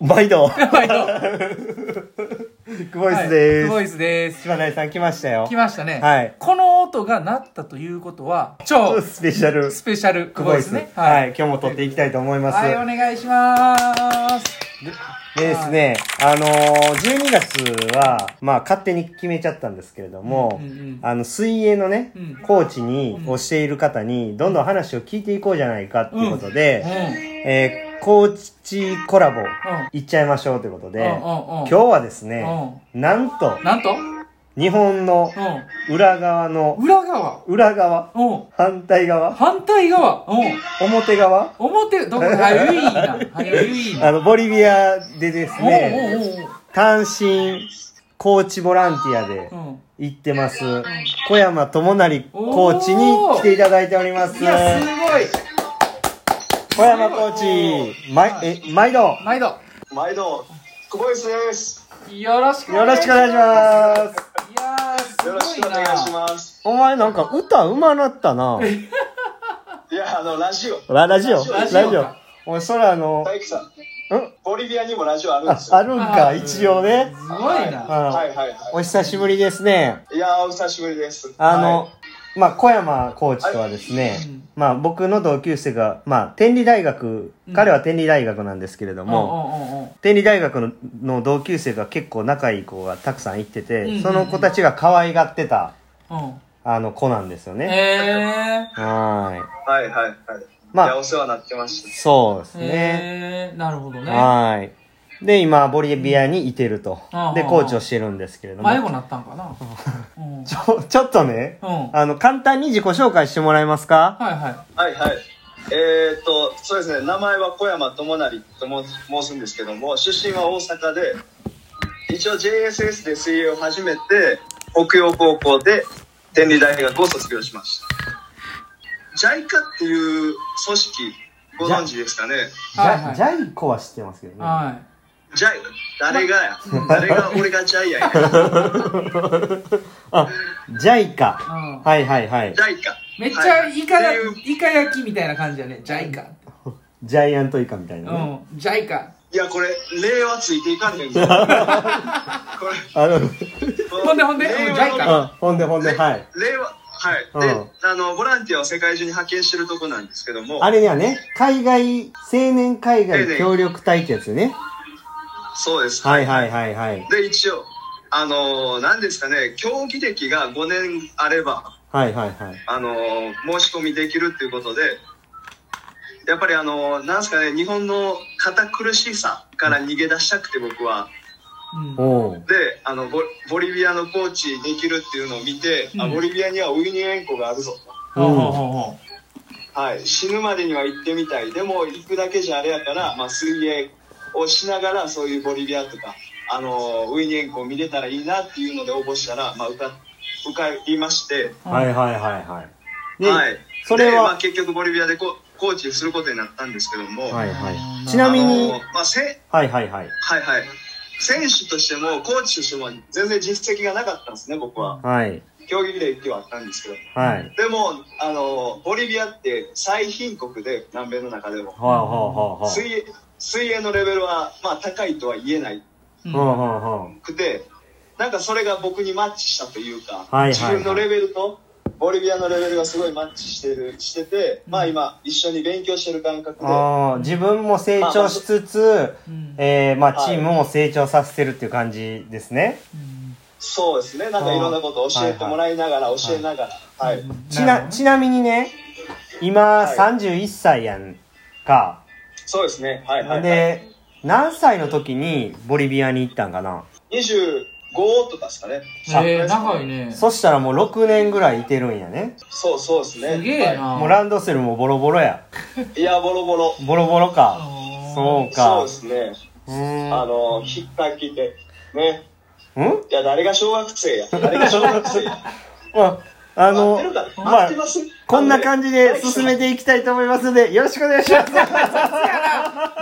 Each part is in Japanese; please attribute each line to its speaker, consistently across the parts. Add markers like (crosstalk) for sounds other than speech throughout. Speaker 1: 毎度
Speaker 2: 毎度
Speaker 1: クボイス
Speaker 2: はい
Speaker 1: です、
Speaker 2: ボイスです。
Speaker 1: 島内さん来ましたよ
Speaker 2: 来ましたね。
Speaker 1: はい
Speaker 2: この音が鳴ったということは、超
Speaker 1: スペシャル
Speaker 2: スペシャル
Speaker 1: ク
Speaker 2: ク
Speaker 1: ボ
Speaker 2: ボ
Speaker 1: イ
Speaker 2: イ
Speaker 1: ス
Speaker 2: ス
Speaker 1: ね
Speaker 2: ね。
Speaker 1: はい、今日も撮っていきたいと思います、
Speaker 2: はい、お願いします。
Speaker 1: でですね、あのー、12月は、まあ、勝手に決めちゃったんですけれども、
Speaker 2: うんうんうん
Speaker 1: あの、水泳のね、
Speaker 2: うん
Speaker 1: コーチに、
Speaker 2: うん
Speaker 1: をしている方に、どんどん話を聞いていこうじゃないかっていうこと
Speaker 2: うん。うん
Speaker 1: で、えーコーチコラボ、行っちゃいましょうということで、
Speaker 2: うんうんうん
Speaker 1: 今日はですね、なんと
Speaker 2: うん。、なんと
Speaker 1: 日本の
Speaker 2: う
Speaker 1: 裏側の
Speaker 2: ん。、裏側。
Speaker 1: 裏側、
Speaker 2: うん。
Speaker 1: 反対側、
Speaker 2: 反対側。うん。
Speaker 1: 表側、
Speaker 2: 表、
Speaker 1: (laughs)
Speaker 2: どこ、あ、ゆいな。あ、ゆいな。
Speaker 1: あの、ボリビアでですね、
Speaker 2: おうおうおう
Speaker 1: 単身、コーチボランティアで
Speaker 2: おう。
Speaker 1: 行ってます、小山智成コーチに来ていただいております
Speaker 2: うん。い。や、すごい。
Speaker 1: 小山コーチ、ま、え、毎度、よ
Speaker 2: 毎度。
Speaker 3: 毎度、クボイスです。
Speaker 2: よろしくお願
Speaker 1: ろ
Speaker 2: い
Speaker 1: し
Speaker 2: し
Speaker 1: くお願
Speaker 2: ま
Speaker 1: いします。
Speaker 2: す。いやー、すごいな。
Speaker 3: よろしくお願いします。
Speaker 1: お前なんか歌うまなったな。
Speaker 3: いや、あの、ラジオ。
Speaker 1: ララジオ、
Speaker 3: ラ
Speaker 1: ラ
Speaker 3: ジ
Speaker 2: オ
Speaker 1: ジオ。お前、そらあの、
Speaker 3: 大樹さん、
Speaker 1: うん
Speaker 3: ボリビアにもラジオあるん
Speaker 1: あ
Speaker 3: ですよ。
Speaker 1: あるんか、一応ね。
Speaker 2: すごいな。
Speaker 1: あ
Speaker 3: はいはいは
Speaker 1: お久しぶりですね。
Speaker 3: い。いやー、お久しぶりです。
Speaker 1: あの、
Speaker 3: はい
Speaker 1: まあ、小山コーチとはですね
Speaker 2: いうん、
Speaker 1: まあ、僕の同級生が、まあ、天理大学、
Speaker 2: うん
Speaker 1: 彼は天理大学なんですけれども、
Speaker 2: も
Speaker 1: 天理大学のの同級生が結構仲いい子がたくさん行って
Speaker 2: うん
Speaker 1: て、
Speaker 2: うんうん
Speaker 1: その子たちが可愛がってた、
Speaker 2: うん、うん、うん。うん。
Speaker 1: あの子なんですよね。
Speaker 2: え
Speaker 1: はーい。
Speaker 3: はいはいはい。
Speaker 1: まあ
Speaker 3: いや、お世話になってまし
Speaker 1: そうです
Speaker 2: ー、
Speaker 1: ね。
Speaker 2: えー、なるほどね。
Speaker 1: はーい。で、今、ボリビアにいてると
Speaker 2: うん。
Speaker 1: で、
Speaker 2: うん
Speaker 1: コーチをしてるんですけれども。
Speaker 2: 迷子なったんかな。うん。うん。
Speaker 1: ちょ、ちょっとね、
Speaker 2: は
Speaker 1: あの、簡単に自己紹介してもらえますか
Speaker 2: いは
Speaker 3: た。はいはい。えー、っと、そうですね、名前は小山智成とも申すんですけども、出身は大阪で、一応 JSS で水泳を始めて、北陽高校で天理大学を卒業しました。JICA っていう組織、ご存知ですかね
Speaker 1: じゃ、
Speaker 2: はいはい
Speaker 1: ジャイコは知ってますけど
Speaker 2: い。
Speaker 1: ね。
Speaker 2: は
Speaker 3: ジャイ誰がや誰が俺がジャイアンや
Speaker 1: あ、ジャイカ。
Speaker 2: い。うん。
Speaker 1: はいはいはい
Speaker 3: ジ。ャイか
Speaker 2: めっちゃイカだ、
Speaker 3: はいっていう
Speaker 2: イカ焼きみたいな感じだね。ジャイカ。
Speaker 1: ジャイアントイカみたいな
Speaker 2: う
Speaker 1: ね。
Speaker 2: ん。ジャイカ。
Speaker 3: いやこれ令和ついていかんねんこれ
Speaker 1: あの、うん
Speaker 2: ほんでほんで
Speaker 3: 令和の
Speaker 2: ジャイカ
Speaker 1: ほんでほんで、はい。
Speaker 3: 令和はい、
Speaker 1: うん
Speaker 3: であのボランティアを世界中に派遣してるとこなんですけども
Speaker 1: あれやね、海外、青年海外協力隊ってやつね。
Speaker 3: そうです
Speaker 1: はいはいはいはい。
Speaker 3: で一応あの何ですかね競技歴が5年あれば
Speaker 1: はいはいはい。
Speaker 3: あの申し込みできるっていうことでやっぱりあのなんですかね日本の堅苦しさから逃げ出したくて僕は
Speaker 2: うん。
Speaker 1: おう。
Speaker 3: であのボボリビアのコーチできるっていうのを見て、
Speaker 2: うん
Speaker 3: あボリビアにはウユニ塩湖があるぞ
Speaker 2: ほうほうほうほ
Speaker 3: と、はい、死ぬまでには行ってみたいでも行くだけじゃあれやから、まあ、水泳をしながらそういうボリビアとかあのウユニ塩湖を見れたらいいなっていうので応募したら、まあ、受か受かりまして、
Speaker 2: う。
Speaker 1: は
Speaker 2: い。
Speaker 1: いはいはいはい。で、
Speaker 3: はい、
Speaker 1: それ
Speaker 3: でまあ、
Speaker 1: は、
Speaker 3: 結局ボリビアでココーチすることになったんですけども、
Speaker 1: はい
Speaker 2: あ
Speaker 1: はい。
Speaker 2: の
Speaker 1: ちなみに
Speaker 3: あ、のまあ、せ
Speaker 1: はいはいはい。
Speaker 3: はいはい選手としてもコーチとしても全然実績がなかったんですね僕は
Speaker 1: はい。
Speaker 3: 競技歴はあったんですけど
Speaker 1: はい。
Speaker 3: でもあのボリビアって最貧国で南米の中でも
Speaker 1: ほうほうほうほう。
Speaker 3: 水泳水泳のレベルは、まあ、高いとは言えない
Speaker 2: うん
Speaker 1: ほうほうほ
Speaker 3: くてなんかそれが僕にマッチしたというか、
Speaker 1: はいはいはい
Speaker 3: 自分のレベルとボリビアのレベルがすごいマッチしてるしてて、まあ今一緒に勉強してる感覚
Speaker 1: う。
Speaker 3: で
Speaker 1: ああ、自分も成長しつつ、
Speaker 2: うん。
Speaker 1: えー、まあ、
Speaker 3: はい
Speaker 1: チームも成長させてるっていう感じですね。
Speaker 2: うん
Speaker 3: そうですねなんかいろんなことを教えてもらいながら、教えながらはい、
Speaker 1: ちな、ちなみにね、今、
Speaker 3: はい
Speaker 1: 31歳やんか。
Speaker 3: そうですねはいはい、はい、
Speaker 1: で、何歳の時にボリビアに行ったんかな。
Speaker 3: 25とかですかね
Speaker 2: えー、長いね。
Speaker 1: そしたらもう6年ぐらいいてるんやね。
Speaker 3: そうそうですね
Speaker 2: すげえ
Speaker 3: は
Speaker 2: な。
Speaker 1: もうランドセルもボロボロや。
Speaker 3: い、いやボロボロ
Speaker 1: ボロボロか。
Speaker 2: あー
Speaker 1: そう
Speaker 3: そう
Speaker 1: か
Speaker 3: で。すね
Speaker 1: うー
Speaker 3: あ
Speaker 1: ん。
Speaker 3: の、ひっかきで、ね。
Speaker 1: うん
Speaker 3: いや、誰が小学生や。誰が小学生や。
Speaker 1: まあ、あ
Speaker 3: 合っ
Speaker 1: の
Speaker 3: てるか、な合
Speaker 1: ま
Speaker 3: っ
Speaker 1: あ
Speaker 3: て、ます
Speaker 1: こんな感じで進めていきたいと思いますので、よろしくお願いします。
Speaker 2: 雑やな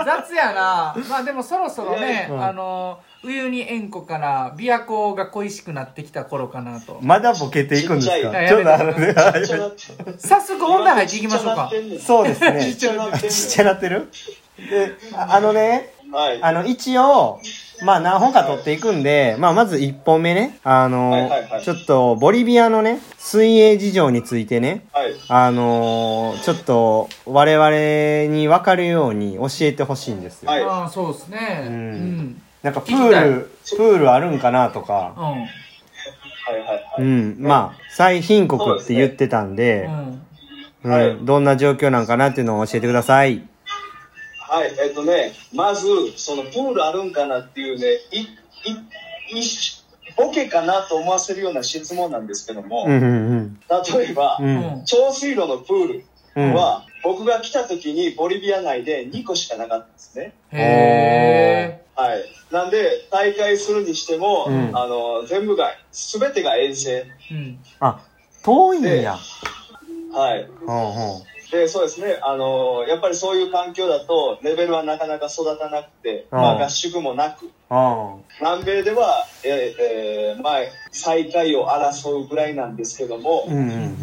Speaker 2: 雑せやな。まあでもそろそろね、
Speaker 1: うん
Speaker 2: あの、ウに縁故から、琵琶湖が恋しくなってきた頃かなと。
Speaker 1: まだボケていくんですか
Speaker 3: ちっち
Speaker 2: ゃい
Speaker 1: ちょっとあのね、
Speaker 3: ちっちゃなって
Speaker 2: 早速本題入っていきましょうか。
Speaker 1: そうです
Speaker 3: ちっ
Speaker 1: ね。
Speaker 3: ちゃなってんの
Speaker 1: ちっちゃなってるで、ああのね、
Speaker 3: はい。
Speaker 1: あの、一応、まあ何本か取っていくんで、まあまず1本目ね、あの、
Speaker 3: はいはいはい
Speaker 1: ちょっとボリビアのね、水泳事情についてね、
Speaker 3: はい。
Speaker 1: あのちょっと我々に分かるように教えてほしいんですよ。
Speaker 3: はい
Speaker 2: ああ、そうですね。
Speaker 1: う
Speaker 2: うんん。
Speaker 1: なんかプ
Speaker 2: 聞きたい
Speaker 1: ール、プールあるんかなとか、
Speaker 2: うん。
Speaker 3: はいはいは
Speaker 1: う
Speaker 3: い。
Speaker 1: ん、まあ、最貧国って言ってたんで、
Speaker 2: うん。
Speaker 1: うん
Speaker 3: はい
Speaker 1: どんな状況なんかなっていうのを教えてください。
Speaker 3: はい、えっとね、まず、そのプールあるんかなっていうね、い、い、い、ボケかなと思わせるような質問なんですけども、
Speaker 1: うんうん
Speaker 3: 例えば、
Speaker 1: うん。う。
Speaker 2: うんん。
Speaker 3: 長水路のプールは、僕が来た時にボリビア内で2個しかなかったんですね。
Speaker 2: へえ。
Speaker 3: はい。なんで、大会するにしても、
Speaker 1: うん
Speaker 3: あの、全部が、すべてが遠征。
Speaker 2: うん。
Speaker 1: あ、遠いんや。
Speaker 3: はい。
Speaker 1: うんうん。
Speaker 3: で、そうですね。あの、やっぱりそういう環境だと、レベルはなかなか育たなくて、
Speaker 1: うん
Speaker 3: まあ合宿もなく、
Speaker 1: あ
Speaker 3: 南米では、えーえーまあ、最下位を争うぐらいなんですけども、
Speaker 1: あ。うんうん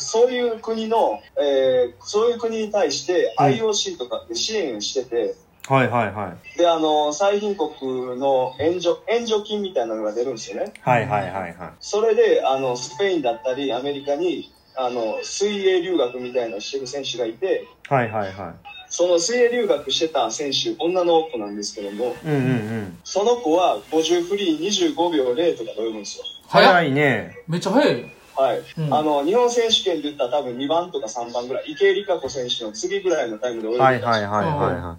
Speaker 3: そういう国の、えーそういう国に対して
Speaker 1: うん
Speaker 3: IOC とかって支援してて、
Speaker 1: うん。はいはいはい。
Speaker 3: で、あの、最貧国の援助、援助金みたいなのが出るんですよね。
Speaker 1: はいはいはいは
Speaker 3: それで、あの、スペインだったり、アメリカに、あの、水泳留学みたいなのをしてる選手がいて、
Speaker 1: い。はいはいは
Speaker 3: その水泳留学してた選手、女の子なんですけども、
Speaker 1: い。うんうんうん。
Speaker 3: その子は50フリー25秒0とかで泳ぐんですよ。
Speaker 2: 早
Speaker 1: 早
Speaker 2: い。
Speaker 1: いね。
Speaker 2: めっちゃ早いよ。
Speaker 3: はい、
Speaker 2: うん
Speaker 3: あの日本選手権で言ったら多分2番とか3番ぐらい池江璃花子選手の次ぐらいのタイムで泳いでた
Speaker 1: はいはいはいは
Speaker 3: は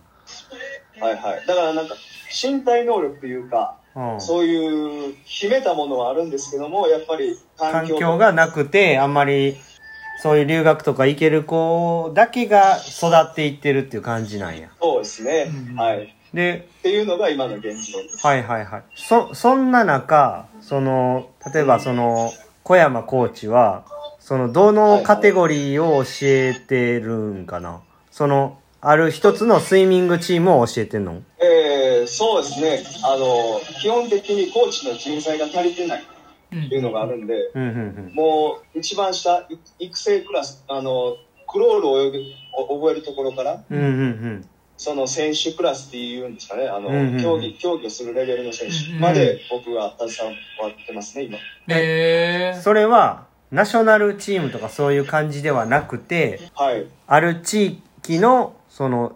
Speaker 3: いはいだからなんか身体能力というか、
Speaker 1: いはい。うん
Speaker 3: そういう秘めたものはあるんですけどもやっぱり環
Speaker 1: 環
Speaker 3: 境
Speaker 1: 境がなくて、あんまり、そういう留学とか行ける子だけが育っていってるっていう感じなんや。
Speaker 3: そうですね、
Speaker 2: うん
Speaker 3: はいっ
Speaker 1: で、
Speaker 3: ていうのが今の現状です
Speaker 1: はいはいはい。そ、そんな中、その、例えばその、小山コーチは、その、どのカテゴリーを教えてるんかなその、ある一つのスイミングチームを教えてんの
Speaker 3: えー、そうですねあの基本的にコーチの人材が足りてないっ
Speaker 2: う。
Speaker 3: ていうんのがあるんで
Speaker 1: うんうん
Speaker 3: もう一番下い育成クラスあのクロールを泳ぐお覚えるところから
Speaker 1: うん。うんうん
Speaker 3: その選手クラスっていうんですかね、あの、
Speaker 1: うんうんうん
Speaker 3: 競技、競技をするレベルの選
Speaker 2: うん
Speaker 3: 手
Speaker 2: うん
Speaker 3: まで僕は携わってますね、今。
Speaker 2: へ
Speaker 1: うん。
Speaker 2: え。
Speaker 1: それは、ナショナルチームとかそういう感じではなくて、
Speaker 3: はい。
Speaker 1: ある地域の、その、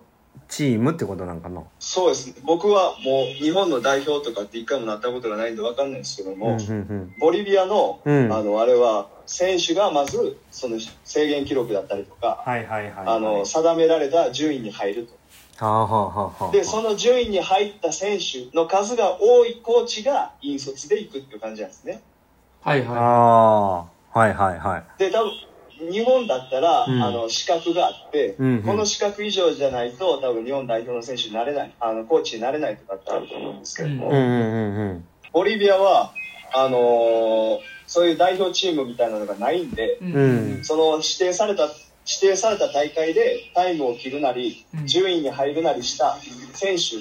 Speaker 1: チームってことなんかな
Speaker 3: そうですね。僕はもう日本の代表とかって一回もなったことがないんでわかんないんですけど
Speaker 1: うんう
Speaker 3: も、
Speaker 1: んうん。
Speaker 3: ボリビアの、
Speaker 1: うん
Speaker 3: あの、あれは、選手がまず、その制限記録だったりとか、
Speaker 1: はいはいはいはい。
Speaker 3: あの、定められた順位に入ると。
Speaker 1: はあはあはあはあ。
Speaker 3: で、その順位に入った選手の数が多いコーチが引率で行くっていう感じなんですね。
Speaker 2: はいはい。
Speaker 1: ああ、はいはいはい。
Speaker 3: で多分日本だったら、
Speaker 1: うん
Speaker 3: あの資格があって、
Speaker 1: うんうん
Speaker 3: この資格以上じゃないと多分日本代表の選手になれないあのコーチになれないとかってあると思うんですけども、
Speaker 1: うんうんうんうん。
Speaker 3: ボリビアはあのーそういう代表チームみたいなのがないんで
Speaker 2: うん
Speaker 1: うん
Speaker 3: その指定された指定された大会でタイムを切るなり
Speaker 2: うん
Speaker 3: 順位に入るなりした選手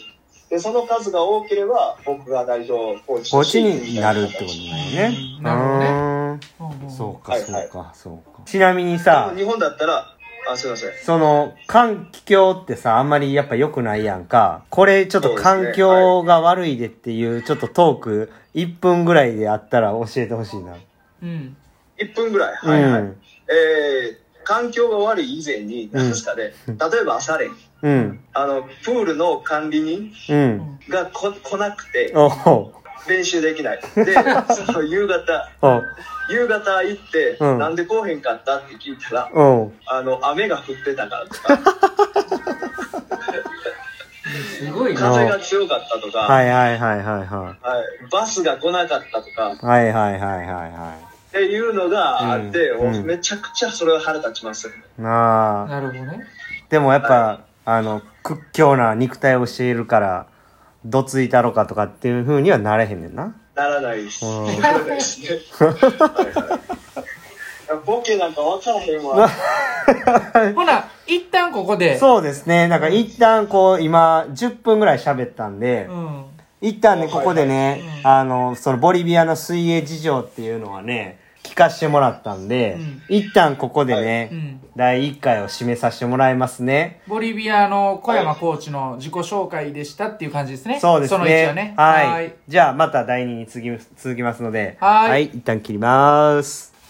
Speaker 3: でその数が多ければ僕が代表コーチ
Speaker 1: ことっ
Speaker 3: して
Speaker 1: ちになるってことだよね。
Speaker 2: うんなるほどね
Speaker 1: うーんそうか、
Speaker 3: はい
Speaker 1: そうか、そうか。ちなみにさ
Speaker 3: 多分、日本だったらあすいません
Speaker 1: その、環境ってさ、あんまりやっぱ良くないやんか。これちょっと環境が悪いでっていう、ちょっとトーク、1分ぐらいであったら教えてほしいな。
Speaker 2: うん。
Speaker 3: 1分ぐらい、
Speaker 1: う
Speaker 3: はいはい、
Speaker 1: ん。
Speaker 3: えー環境が悪い以前に、
Speaker 1: うん
Speaker 3: 何ですかね、例えば朝練、
Speaker 1: うん。
Speaker 3: あの、プールの管理人
Speaker 1: うん。
Speaker 3: がこ来なくて、
Speaker 1: おう
Speaker 3: 練習できない。
Speaker 1: (laughs)
Speaker 3: で、その夕方、
Speaker 1: おう
Speaker 3: 夕方行って、
Speaker 1: うん
Speaker 3: なんで来おへんかったって聞いたら、
Speaker 1: おう
Speaker 3: あの、雨が降ってたから
Speaker 1: (laughs)
Speaker 3: とか、
Speaker 2: すごいな。
Speaker 3: 風が強かったとか、は
Speaker 1: はいいはいはいはいは
Speaker 3: バスが来なかったとか、っ
Speaker 1: い。はいはいはいはいは
Speaker 3: ていうのがあって、
Speaker 1: うん
Speaker 3: もう
Speaker 1: うん
Speaker 3: めちゃくちゃそれは腹立ちますよね。
Speaker 1: い。なあ。
Speaker 2: なるほどね。
Speaker 1: でもやっぱ、あの屈強な肉体をしているからどついたろかとかっていう風にはなれへんねんな
Speaker 3: ならないです。 (laughs)
Speaker 1: うん (laughs)
Speaker 3: ならないですね。はいはいいやボケなんかわからへんわ。
Speaker 2: ほな、一旦ここで。う。
Speaker 1: そうですね。なんか一旦こう、今、10分ぐらい喋ったんで、
Speaker 2: ん。
Speaker 1: 一旦ね、ここでね、あの、そのボリビアの水泳事情っていうのはね、聞かしてもらったんで、
Speaker 2: うん
Speaker 1: 一旦ここでね、
Speaker 2: うん
Speaker 1: 第1回を締めさせてもらいますね。
Speaker 2: ボリビアの小山コーチの自己紹介でしたっていう感じですね。
Speaker 1: そうですね。
Speaker 2: その1はね。
Speaker 1: はい。
Speaker 2: ーい
Speaker 1: じゃあ、また第2に続き続きますので、
Speaker 2: はーい
Speaker 1: はい。一旦切ります。